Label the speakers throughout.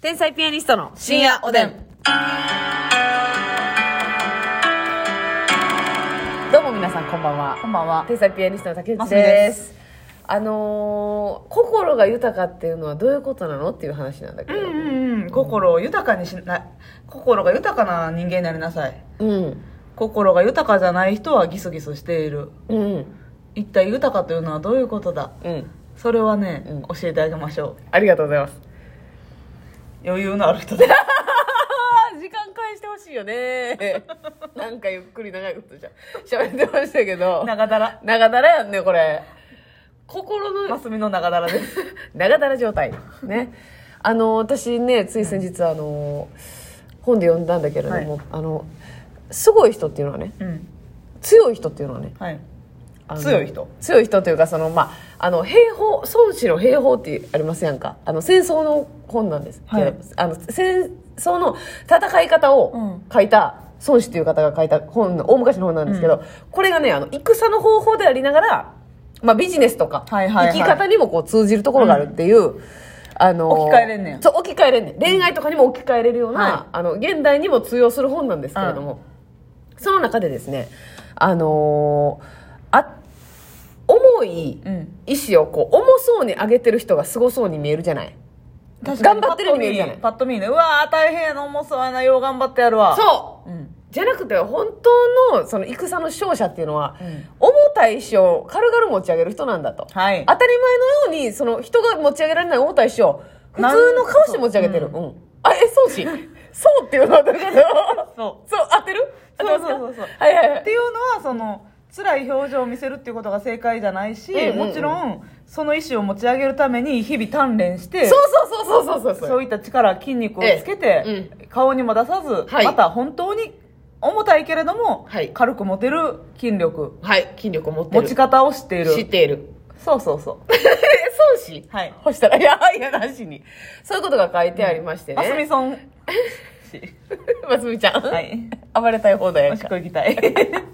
Speaker 1: 天才ピアニストの
Speaker 2: 深夜おでん。
Speaker 1: どうも皆さんこんばんは
Speaker 2: こんばんは。
Speaker 1: 天才ピアニストの竹
Speaker 2: ま
Speaker 1: 内
Speaker 2: すみで
Speaker 1: ですすあのー心が豊かっていうのはどういうことなのっていう話なんだけど
Speaker 2: うんうんうん。心を豊かにしな、心が豊かな人間になりなさい。
Speaker 1: うん
Speaker 2: 心が豊かじゃない人はギスギスしている。
Speaker 1: うん
Speaker 2: 一体豊かというのはどういうことだ
Speaker 1: うん
Speaker 2: それはね、
Speaker 1: うん
Speaker 2: 教えてあげましょう。
Speaker 1: ありがとうございます
Speaker 2: 余裕のある 人だ。
Speaker 1: あー時間返してほしいよねなんかゆっくり長いことじゃ喋ってましたけど
Speaker 2: 長だら。
Speaker 1: 長だらやんねこれ心の
Speaker 2: マスミの長だらです。
Speaker 1: 長だら状態ねあの私ねつい先日あの本で読んだんだけれども、あのすごい人 っていうのはね
Speaker 2: うん。
Speaker 1: 強い人っていうのはね
Speaker 2: はい。
Speaker 1: あの
Speaker 2: 強い人
Speaker 1: 強い人というかそのまああの兵法孫子の兵法ってありますやんかあの戦争の本なんです、
Speaker 2: はい
Speaker 1: けどあの戦争の戦い方を書いた、孫子という方が書いた本の大昔の本なんですけど、これがねあの戦の方法でありながら、まあ、ビジネスとか、
Speaker 2: はいはいはい
Speaker 1: 生き方にもこう通じるところがあるっていう、あの
Speaker 2: 置き換えれんねん
Speaker 1: そう置き換えれんねん恋愛とかにも置き換えれるような、
Speaker 2: は
Speaker 1: あの現代にも通用する本なんですけれども、その中でですね、あのーあ重い
Speaker 2: うん。
Speaker 1: 意志をこう重そうに上げてる人がすごそうに見えるじゃない頑張ってるように見えるじゃない
Speaker 2: パッと見ね。うわー、大変やな、重そうやな、よう頑張ってやるわ。
Speaker 1: そう
Speaker 2: う。うん。
Speaker 1: じゃなくて本当のその戦の勝者っていうのは、
Speaker 2: うん
Speaker 1: 重たい石を軽々持ち上げる人なんだと、
Speaker 2: はい。
Speaker 1: 当たり前のようにその人が持ち上げられない重たい石を普通の顔して持ち上げてる
Speaker 2: な
Speaker 1: うん、あえそうしそうっていうのはどういうこと
Speaker 2: そう。
Speaker 1: そう合ってる合ってますか
Speaker 2: そうそうそうそう
Speaker 1: はいはいは
Speaker 2: っ
Speaker 1: い
Speaker 2: ていうのはその辛い表情を見せるっていうことが正解じゃないし、
Speaker 1: うんうんうん
Speaker 2: もちろんその意思を持ち上げるために日々鍛錬して
Speaker 1: そうそうそうそうそう
Speaker 2: そういった力筋肉をつけて、
Speaker 1: ええ
Speaker 2: 顔にも出さず、
Speaker 1: はい
Speaker 2: また本当に重たいけれども、
Speaker 1: はい
Speaker 2: 軽く持てる筋力
Speaker 1: はい筋力を持って
Speaker 2: 持
Speaker 1: る
Speaker 2: ち方を知っている
Speaker 1: 知っている
Speaker 2: そうそうそう
Speaker 1: え孫子
Speaker 2: はい
Speaker 1: そしたら、いや、いやなしに。そういうことが書いてありまして
Speaker 2: ます
Speaker 1: ね。
Speaker 2: みさん
Speaker 1: ますみちゃん。
Speaker 2: はい
Speaker 1: 暴れたい放題や
Speaker 2: お
Speaker 1: ん
Speaker 2: し
Speaker 1: か
Speaker 2: っこ行きた い
Speaker 1: 行きなさいって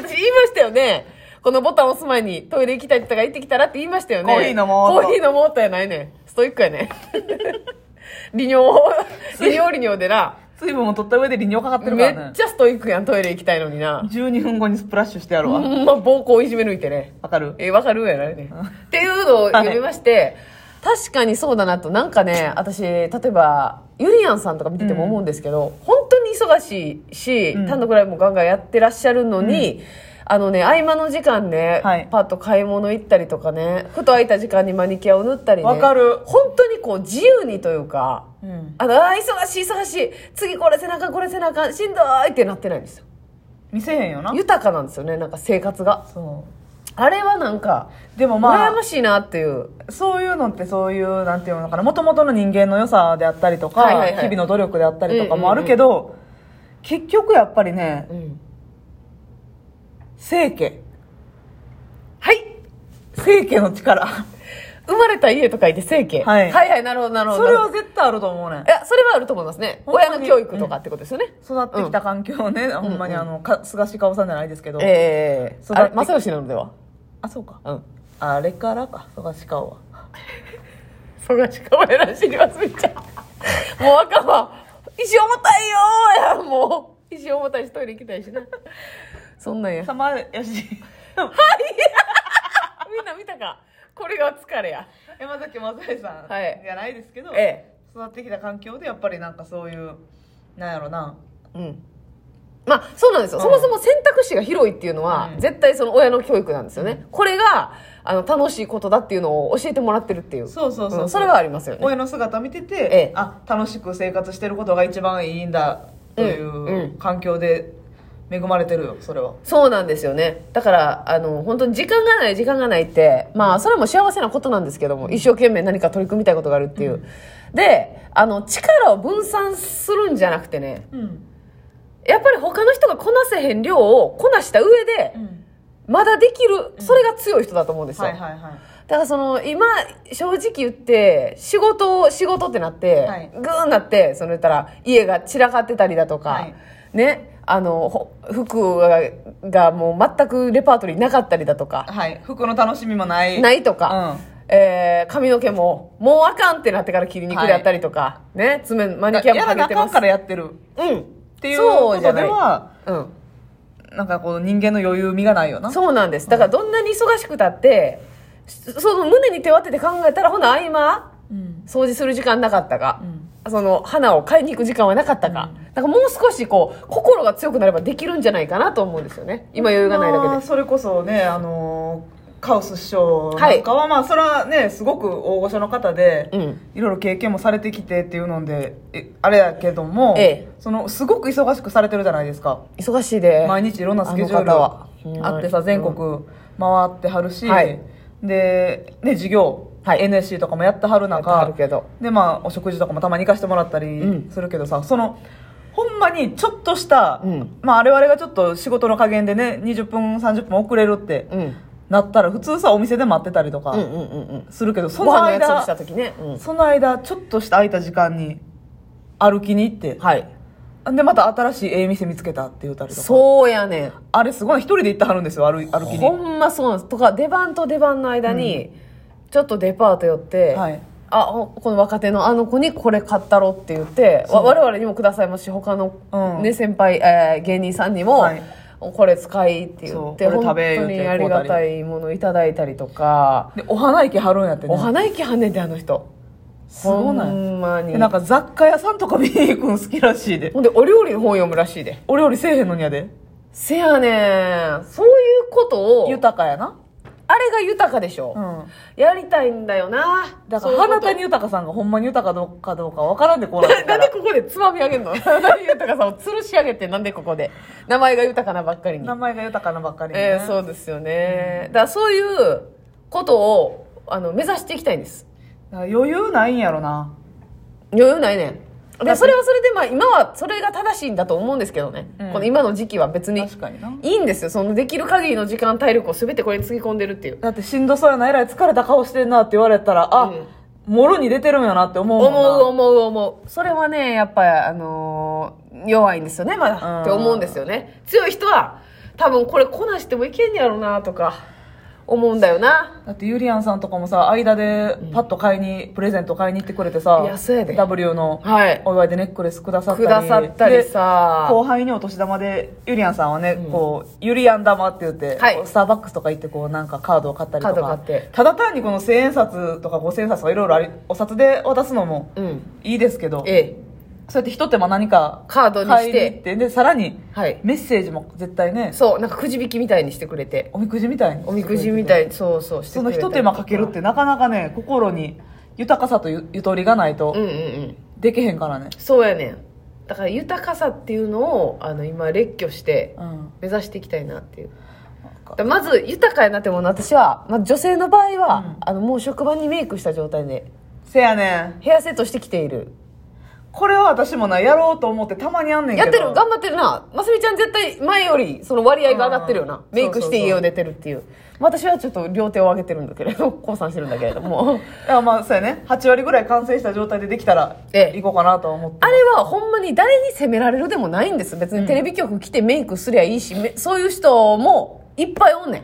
Speaker 1: 私言いましたよね。このボタン押す前にトイレ行きたいって言ったから行ってきたらって言いましたよね。
Speaker 2: コーヒー飲もうと
Speaker 1: コーヒー飲もうとやないねん。ストイックや ねん。利尿、利尿利尿でな。
Speaker 2: 水分も取った上で利尿かかってるか
Speaker 1: め
Speaker 2: らね
Speaker 1: っちゃストイックやん、トイレ行きたいのにな。
Speaker 2: 12分後にスプラッシュしてやるわ
Speaker 1: ほ
Speaker 2: わ、
Speaker 1: んま膀胱いじめ抜いてね。
Speaker 2: かる
Speaker 1: えーわかるやないね。っていうのを読みまして、確かにそうだなと、なんかね、私、例えば、ゆりやんさんとか見てても思うんですけど、本当に忙しいし、
Speaker 2: うん
Speaker 1: 単独ライブもガンガンやってらっしゃるのに、あのね、合間の時間ね、
Speaker 2: はい
Speaker 1: パッと買い物行ったりとかね、ふと空いた時間にマニキュアを塗ったりね。
Speaker 2: わかる
Speaker 1: 本当にこう、自由にというか、
Speaker 2: うん
Speaker 1: あの、あー忙しい忙しい、次これ背中これ背中、しんどいってなってないんですよ。
Speaker 2: 見せへんよな
Speaker 1: 豊かなんですよね、なんか生活が。
Speaker 2: そ
Speaker 1: あれはなんか、
Speaker 2: うでもまあ
Speaker 1: 羨ましいなっていう。
Speaker 2: そういうのってそういうなんていうのかなもともとの人間の良さであったりとか、
Speaker 1: はいはいはい
Speaker 2: 日々の努力であったりとかもあるけど、結局やっぱりね清家
Speaker 1: はい
Speaker 2: 清家の力
Speaker 1: 生まれた家と書いて清家、
Speaker 2: はい
Speaker 1: はいはいなるほどなるほど
Speaker 2: それは
Speaker 1: なる
Speaker 2: 絶対あると思うねん
Speaker 1: ほどいやそれはあると思いますね
Speaker 2: ほんまに
Speaker 1: 親の教育とかってことですよね、
Speaker 2: 育ってきた環境をね、ほんまにあのか菅氏顔さんじゃないですけど、
Speaker 1: ええ
Speaker 2: そう
Speaker 1: あれ
Speaker 2: だって
Speaker 1: 正義なのでは
Speaker 2: あそうか
Speaker 1: うん
Speaker 2: あれからか菅氏顔は
Speaker 1: そがしかわらしいわすみちゃん もう赤は石重たいよーやもう石重たいしトイレ行きたい しなそんなんや
Speaker 2: さまよ
Speaker 1: み
Speaker 2: し
Speaker 1: んな見たかこれが疲れや
Speaker 2: 山崎まささん
Speaker 1: はい
Speaker 2: じゃないですけど、
Speaker 1: え
Speaker 2: 育ってきた環境でやっぱりなんかそういうなんやろな
Speaker 1: えうんまあそうなんですよ、
Speaker 2: うん
Speaker 1: そもそも選択肢が広いっていうのは、
Speaker 2: うん
Speaker 1: 絶対その親の教育なんですよね、これがあの楽しいことだっていうのを教えてもらってるっていう
Speaker 2: そうそうそう、
Speaker 1: うんそれはありますよね
Speaker 2: 親の姿見てて、
Speaker 1: え
Speaker 2: あ楽しく生活してることが一番いいんだとい
Speaker 1: んう
Speaker 2: うん環境で恵まれてるよそれは
Speaker 1: そうなんですよねだからあの本当に時間がない時間がないってまあそれも幸せなことなんですけども一生懸命何か取り組みたいことがあるっていう、であの力を分散するんじゃなくてね
Speaker 2: うん、
Speaker 1: やっぱり他の人がこなせへん量をこなした上でまだできるそれが強い人だと思うんですよ、
Speaker 2: はいはいはい
Speaker 1: だからその今正直言って仕事を仕事ってなって、
Speaker 2: はい
Speaker 1: グーンなってその言ったら家が散らかってたりだとか、
Speaker 2: はい
Speaker 1: ねあのほ服ががもう全くレパートリーなかったりだとか
Speaker 2: はい服の楽しみもない
Speaker 1: ないいとか、
Speaker 2: う
Speaker 1: えー髪の毛も、もうあかんってなってから切りにくであったりとか、ね、爪、マニキュアも
Speaker 2: やら
Speaker 1: か
Speaker 2: な
Speaker 1: け
Speaker 2: あ
Speaker 1: て
Speaker 2: か
Speaker 1: ま
Speaker 2: ん
Speaker 1: す。
Speaker 2: からやってるっ
Speaker 1: うん。って
Speaker 2: いうことでは
Speaker 1: うん。
Speaker 2: なんかこう人間の余裕味がないよな
Speaker 1: そうなんです。だからどんなに忙しくたって、そその胸に手を当てて考えたら、ほな合間、
Speaker 2: うん
Speaker 1: 掃除する時間なかったか、
Speaker 2: うん
Speaker 1: その花を買いに行く時間はなかったか、だからもう少しこう、心が強くなればできるんじゃないかなと思うんですよね。今余裕がないだけで
Speaker 2: まあ。それこそねあのーカウス師匠なんかは、まあそれはねすごく大御所の方で、
Speaker 1: うん
Speaker 2: いろいろ経験もされてきてっていうのでえあれやけども、
Speaker 1: ええ
Speaker 2: そのすごく忙しくされてるじゃないですか
Speaker 1: 忙しいで。
Speaker 2: 毎日いろんなスケジュー
Speaker 1: あの方は
Speaker 2: ルあってさ全国回ってはるし、
Speaker 1: はい
Speaker 2: で、ね、授業、
Speaker 1: はい
Speaker 2: NSC とかもやってはる中
Speaker 1: あるけど。
Speaker 2: でまあお食事とかもたまに行かしてもらったり
Speaker 1: うん
Speaker 2: するけどさ、そのほんまにちょっとした、
Speaker 1: うん
Speaker 2: まあ我々がちょっと仕事の加減でね20分30分遅れるって
Speaker 1: うん。
Speaker 2: なったら普通さお店で待ってたりと
Speaker 1: うんうん
Speaker 2: か
Speaker 1: うんうん。
Speaker 2: するけど、そ
Speaker 1: ご飯
Speaker 2: の
Speaker 1: の約束した
Speaker 2: 間
Speaker 1: 時ね。うん。
Speaker 2: その間ちょっとした空いた時間に歩きに行って
Speaker 1: はい。
Speaker 2: でまた新しいええ店見つけたって言ったりとか
Speaker 1: そうやねん。
Speaker 2: あれすごい一人で行ってはるんですよ歩い歩き
Speaker 1: ほ
Speaker 2: に
Speaker 1: んまそうなんです。とか、出番と出番の間に、ちょっとデパート寄って、
Speaker 2: はい
Speaker 1: あ、おこの若手のあの子にこれ買ったろって言って、わ
Speaker 2: そう
Speaker 1: 我々にもくださいますし、他の、
Speaker 2: うん
Speaker 1: ね、先輩、えー芸人さんにも、
Speaker 2: はい
Speaker 1: これ使いって言って、
Speaker 2: そうこれ
Speaker 1: 本
Speaker 2: 食
Speaker 1: 当
Speaker 2: べ
Speaker 1: にありがたいものいただいたりとか、
Speaker 2: でお花池はるんやってね
Speaker 1: お花行きはんねんて、あの人。
Speaker 2: すごな
Speaker 1: ほ
Speaker 2: い
Speaker 1: んまに
Speaker 2: で。なんか雑貨屋さんとか見に行くの好きらしいで
Speaker 1: ほんで、お料理の本読むらしいで。
Speaker 2: お料理せえへんのにやで
Speaker 1: せやねん。そういうことを、
Speaker 2: 豊かやな
Speaker 1: あれが豊かでしょ。
Speaker 2: うん
Speaker 1: やりたいんだよな。
Speaker 2: だか
Speaker 1: そうい
Speaker 2: ら
Speaker 1: うこと
Speaker 2: 花谷豊さんがほんまに豊かどうかどうかわからんでこうな って
Speaker 1: な
Speaker 2: か
Speaker 1: んで
Speaker 2: ら
Speaker 1: ここでつまみ上げんの 何豊かさんを吊るし上げてなんでここで名前が豊かなばっかりに
Speaker 2: 名、前が豊かなばっかりにね
Speaker 1: えーそうですよね、だからそういうことをあの目指していきたいんです
Speaker 2: だから余裕ないんやろな
Speaker 1: 余裕ないねんでそれはそれでまあ今はそれが正しいんだと思うんですけどね、
Speaker 2: うん
Speaker 1: この今の時期は別に
Speaker 2: 確かにない
Speaker 1: いんですよそのできる限りの時間体力を全てこれにつぎ込んでるっていう
Speaker 2: だってしんどそうやなえらい疲れた顔してんなって言われたらあ、
Speaker 1: うん
Speaker 2: もろに出てるんやなって思うもんな
Speaker 1: 思う思う思うそれはねやっぱあのー弱いんですよねまだって思うんですよね強い人は多分これこなしてもいけんやろうなとか思うんだよな
Speaker 2: だってゆりやんさんとかもさ間でパッと買いに、プレゼント買いに行ってくれてさ
Speaker 1: いやそうやで
Speaker 2: W の
Speaker 1: はい
Speaker 2: お祝いでネックレスくださったり
Speaker 1: くださったり
Speaker 2: で
Speaker 1: さ
Speaker 2: 後輩にお年玉でゆりやんさんはね、こうゆりやん玉って言って、
Speaker 1: はい
Speaker 2: スターバックスとか行ってこうなんかカードを買ったりとか
Speaker 1: カード買って
Speaker 2: ただ単にこの千円札とか五千円札とかいろいろありお札で渡すのも
Speaker 1: うん
Speaker 2: いいですけど
Speaker 1: ええ
Speaker 2: そうやってひと手間何か
Speaker 1: カードに
Speaker 2: 買
Speaker 1: し
Speaker 2: いに行っててでさらに
Speaker 1: はい
Speaker 2: メッセージも絶対ね
Speaker 1: そうなんかくじ引きみたいにしてくれて
Speaker 2: おみくじみたいに
Speaker 1: おみくじみた
Speaker 2: い
Speaker 1: いにそうそうして
Speaker 2: そ
Speaker 1: く
Speaker 2: の
Speaker 1: れ
Speaker 2: ひと手間かけるってなかなかね心に豊かさとゆゆとりがないと
Speaker 1: うんうんうん
Speaker 2: できへんからね、
Speaker 1: そうやねんだから豊かさっていうのをあの今列挙して
Speaker 2: うん
Speaker 1: 目指していきたいなっていう
Speaker 2: か
Speaker 1: まず豊かになってもの私は、まあ、女性の場合は、
Speaker 2: うん
Speaker 1: あのもう職場にメイクした状態で
Speaker 2: せやねん
Speaker 1: ヘアセットしてきている
Speaker 2: これは私もなやろうと思ってたまにあんねんけ
Speaker 1: や
Speaker 2: ど
Speaker 1: ってる頑張ってるなますみちゃん絶対前よりその割合が上がってるよな
Speaker 2: うん
Speaker 1: メイクし
Speaker 2: そうそう
Speaker 1: て
Speaker 2: そう
Speaker 1: 家を出てるっていう私はちょっと両手を上げてるんだけ れど降参してるんだけれど も
Speaker 2: いやまあそうやね8割ぐらい完成した状態でできたら
Speaker 1: ええ
Speaker 2: 行こうかなとは思って、
Speaker 1: あれはほんまに誰に責められるでもないんです別にテレビ局来てメイクすりゃいいし、めそういう人もいっぱいおんねん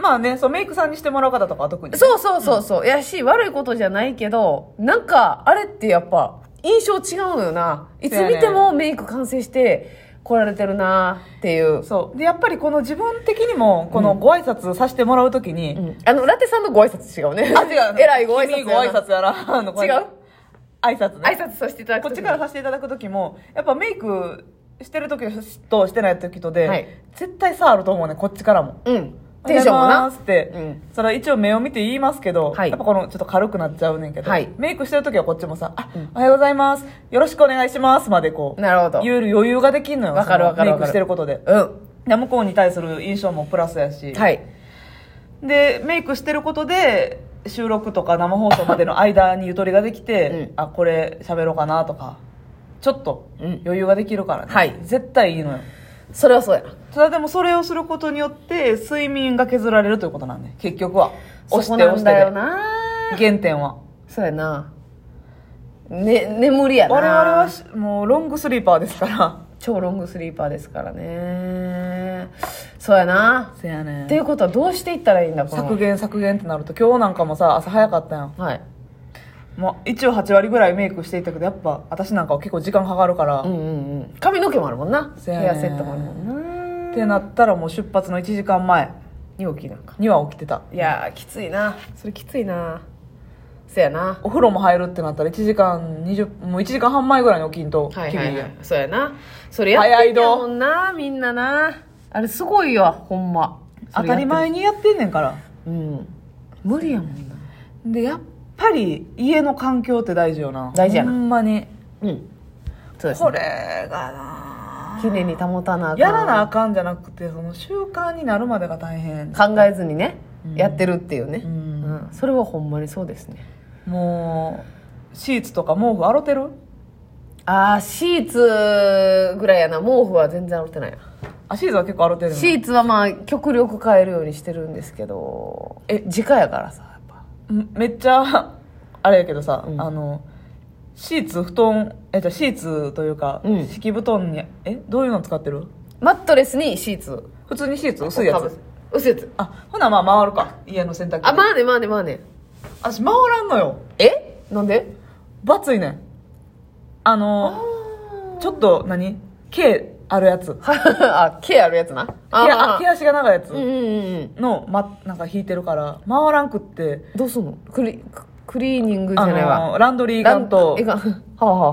Speaker 2: まあねそうメイクさんにしてもらう方とかは特に
Speaker 1: そうそうそうそう、やし悪いことじゃないけどなんかあれってやっぱ印象違うのよないつ見てもメイク完成して来られてるなっていう、
Speaker 2: そうでやっぱりこの自分的にもこのご挨拶させてもらうときに、
Speaker 1: うんあのラテさんのご挨拶違うね
Speaker 2: あ違 う
Speaker 1: えらいご挨拶や
Speaker 2: 君
Speaker 1: な
Speaker 2: ご挨拶やらあのこれ
Speaker 1: 違う
Speaker 2: 挨拶ね
Speaker 1: 挨拶させていただく
Speaker 2: こっ
Speaker 1: 時
Speaker 2: ち
Speaker 1: に
Speaker 2: からさせていただく時もやっぱメイクしてる時としてない時とで、
Speaker 1: はい
Speaker 2: 絶対差あると思うねこっちからも
Speaker 1: うんテンションも
Speaker 2: おはようござい
Speaker 1: な
Speaker 2: ますって、
Speaker 1: うん
Speaker 2: それは一応目を見て言いますけど、
Speaker 1: はい
Speaker 2: やっぱこのちょっと軽くなっちゃうねんけど、
Speaker 1: はい
Speaker 2: メイクしてる時はこっちもさ「あおはようございますよろしくお願いします」までこう
Speaker 1: なるほど
Speaker 2: 言える余裕ができんのよ
Speaker 1: わかるわかる
Speaker 2: その
Speaker 1: わ
Speaker 2: メイ
Speaker 1: かる
Speaker 2: クしてることで
Speaker 1: う
Speaker 2: で向こうに対する印象もプラスやし、
Speaker 1: んはい
Speaker 2: でメイクしてることで収録とか生放送までの間にゆとりができて、あこれ喋ろうかなとかちょっと
Speaker 1: うん
Speaker 2: 余裕ができるからね、
Speaker 1: はい
Speaker 2: 絶対いいのよ
Speaker 1: それはそうやな
Speaker 2: ただでもそれをすることによって睡眠が削られるということなんで結局は
Speaker 1: そ
Speaker 2: 押し
Speaker 1: こ
Speaker 2: て
Speaker 1: な
Speaker 2: 押
Speaker 1: ん
Speaker 2: して
Speaker 1: だよ
Speaker 2: で
Speaker 1: な
Speaker 2: 原点は
Speaker 1: そうやなね眠りやな
Speaker 2: 我々はしもうロングスリーパーですから
Speaker 1: 超ロングスリーパーですからねそうやな。
Speaker 2: せやね
Speaker 1: っていうことはどうしていったらいいんだ、この。
Speaker 2: 削減削減ってなると今日なんかもさ朝早かったやん
Speaker 1: はい。
Speaker 2: もう一応8割ぐらいメイクしていったけどやっぱ私なんかは結構時間かかるから、
Speaker 1: うん
Speaker 2: っ
Speaker 1: うんうん。髪の毛もあるもんな。
Speaker 2: せ
Speaker 1: ヘ
Speaker 2: やね
Speaker 1: アセットもあるもんな。
Speaker 2: てなったらもう出発の1時間前
Speaker 1: 容器なんか。
Speaker 2: には起きてた
Speaker 1: いやー、きついな。それきついな。せやな。
Speaker 2: お風呂も入るってなったら1時間20もう1時間半前ぐらいに起きんと
Speaker 1: はい
Speaker 2: 厳
Speaker 1: はい
Speaker 2: い
Speaker 1: は
Speaker 2: やん
Speaker 1: い。そうやな。それやってんやもんな、みんなな。あれすごいよ、ほんま。
Speaker 2: 当たり前にやってんねんから
Speaker 1: それやってる。うん。無理やもんな。
Speaker 2: でやっぱり家の環境って大事よな
Speaker 1: 大事やな
Speaker 2: ほんまに
Speaker 1: うん。そうです
Speaker 2: こ
Speaker 1: ね。
Speaker 2: れがな
Speaker 1: 記念に保たなあかん
Speaker 2: やらなあかんじゃなくてその習慣になるまでが大変
Speaker 1: 考えずにね、やってるっていうね、
Speaker 2: うん
Speaker 1: うんそれはほんまにそうですね
Speaker 2: もうシーツとか毛布洗ってる
Speaker 1: あーシーツぐらいやな毛布は全然洗ってないな
Speaker 2: あシーツは結構洗ってるの
Speaker 1: シーツはまあ極力変えるようにしてるんですけどえ直やからさやっぱ
Speaker 2: んめっちゃ あれやけどさ、
Speaker 1: うん
Speaker 2: あのシーツ布団えじゃあシーツというか、
Speaker 1: うん
Speaker 2: 敷布団にえどういうの使ってる
Speaker 1: マットレスにシーツ
Speaker 2: 普通にシーツ薄いや
Speaker 1: こう被
Speaker 2: つ
Speaker 1: せ薄いやつ
Speaker 2: あほなまあ回るか家の洗濯機
Speaker 1: あまあねまあねまあね
Speaker 2: 私回らんのよ
Speaker 1: えなんで
Speaker 2: バツいねんあのちょっと何毛あるやつ毛
Speaker 1: あ毛あるやつな
Speaker 2: あ
Speaker 1: あ
Speaker 2: 毛足が長いやつ
Speaker 1: うんうんうんうん
Speaker 2: の、ま、なんか引いてるから回らんくって
Speaker 1: どうすんのクリクリーニングじゃ
Speaker 2: あ
Speaker 1: ないわ
Speaker 2: のランドリー行かんと
Speaker 1: いかんはあはあ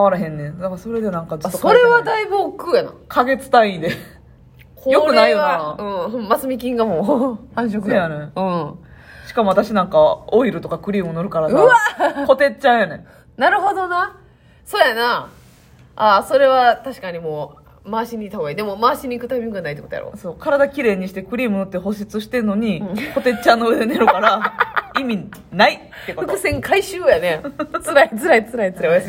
Speaker 1: は
Speaker 2: 回らへんねんだからそれでなんかち
Speaker 1: ああ
Speaker 2: ょっと
Speaker 1: それは
Speaker 2: だ
Speaker 1: だいぶ億劫やな
Speaker 2: か月単位で
Speaker 1: よ
Speaker 2: よ
Speaker 1: く
Speaker 2: く
Speaker 1: な
Speaker 2: ないい
Speaker 1: よ
Speaker 2: よ
Speaker 1: な
Speaker 2: な。
Speaker 1: うん。マスミ菌がもう 繁殖
Speaker 2: そうやね
Speaker 1: うん。
Speaker 2: しかも私なんかオイルとかクリーム塗るから
Speaker 1: うわ
Speaker 2: さこてっちゃうやねん
Speaker 1: なるほどな。そうやな。ああ、それは確かにもう、回しに行った方がいい。でも回しに行くタイミングがないってことやろ。
Speaker 2: そう体きれいにしてクリーム塗って保湿してんのに、こてっちゃんの上で寝る から意味ないってこと
Speaker 1: 伏線回収やね。辛い辛い辛い辛い。おやすみ。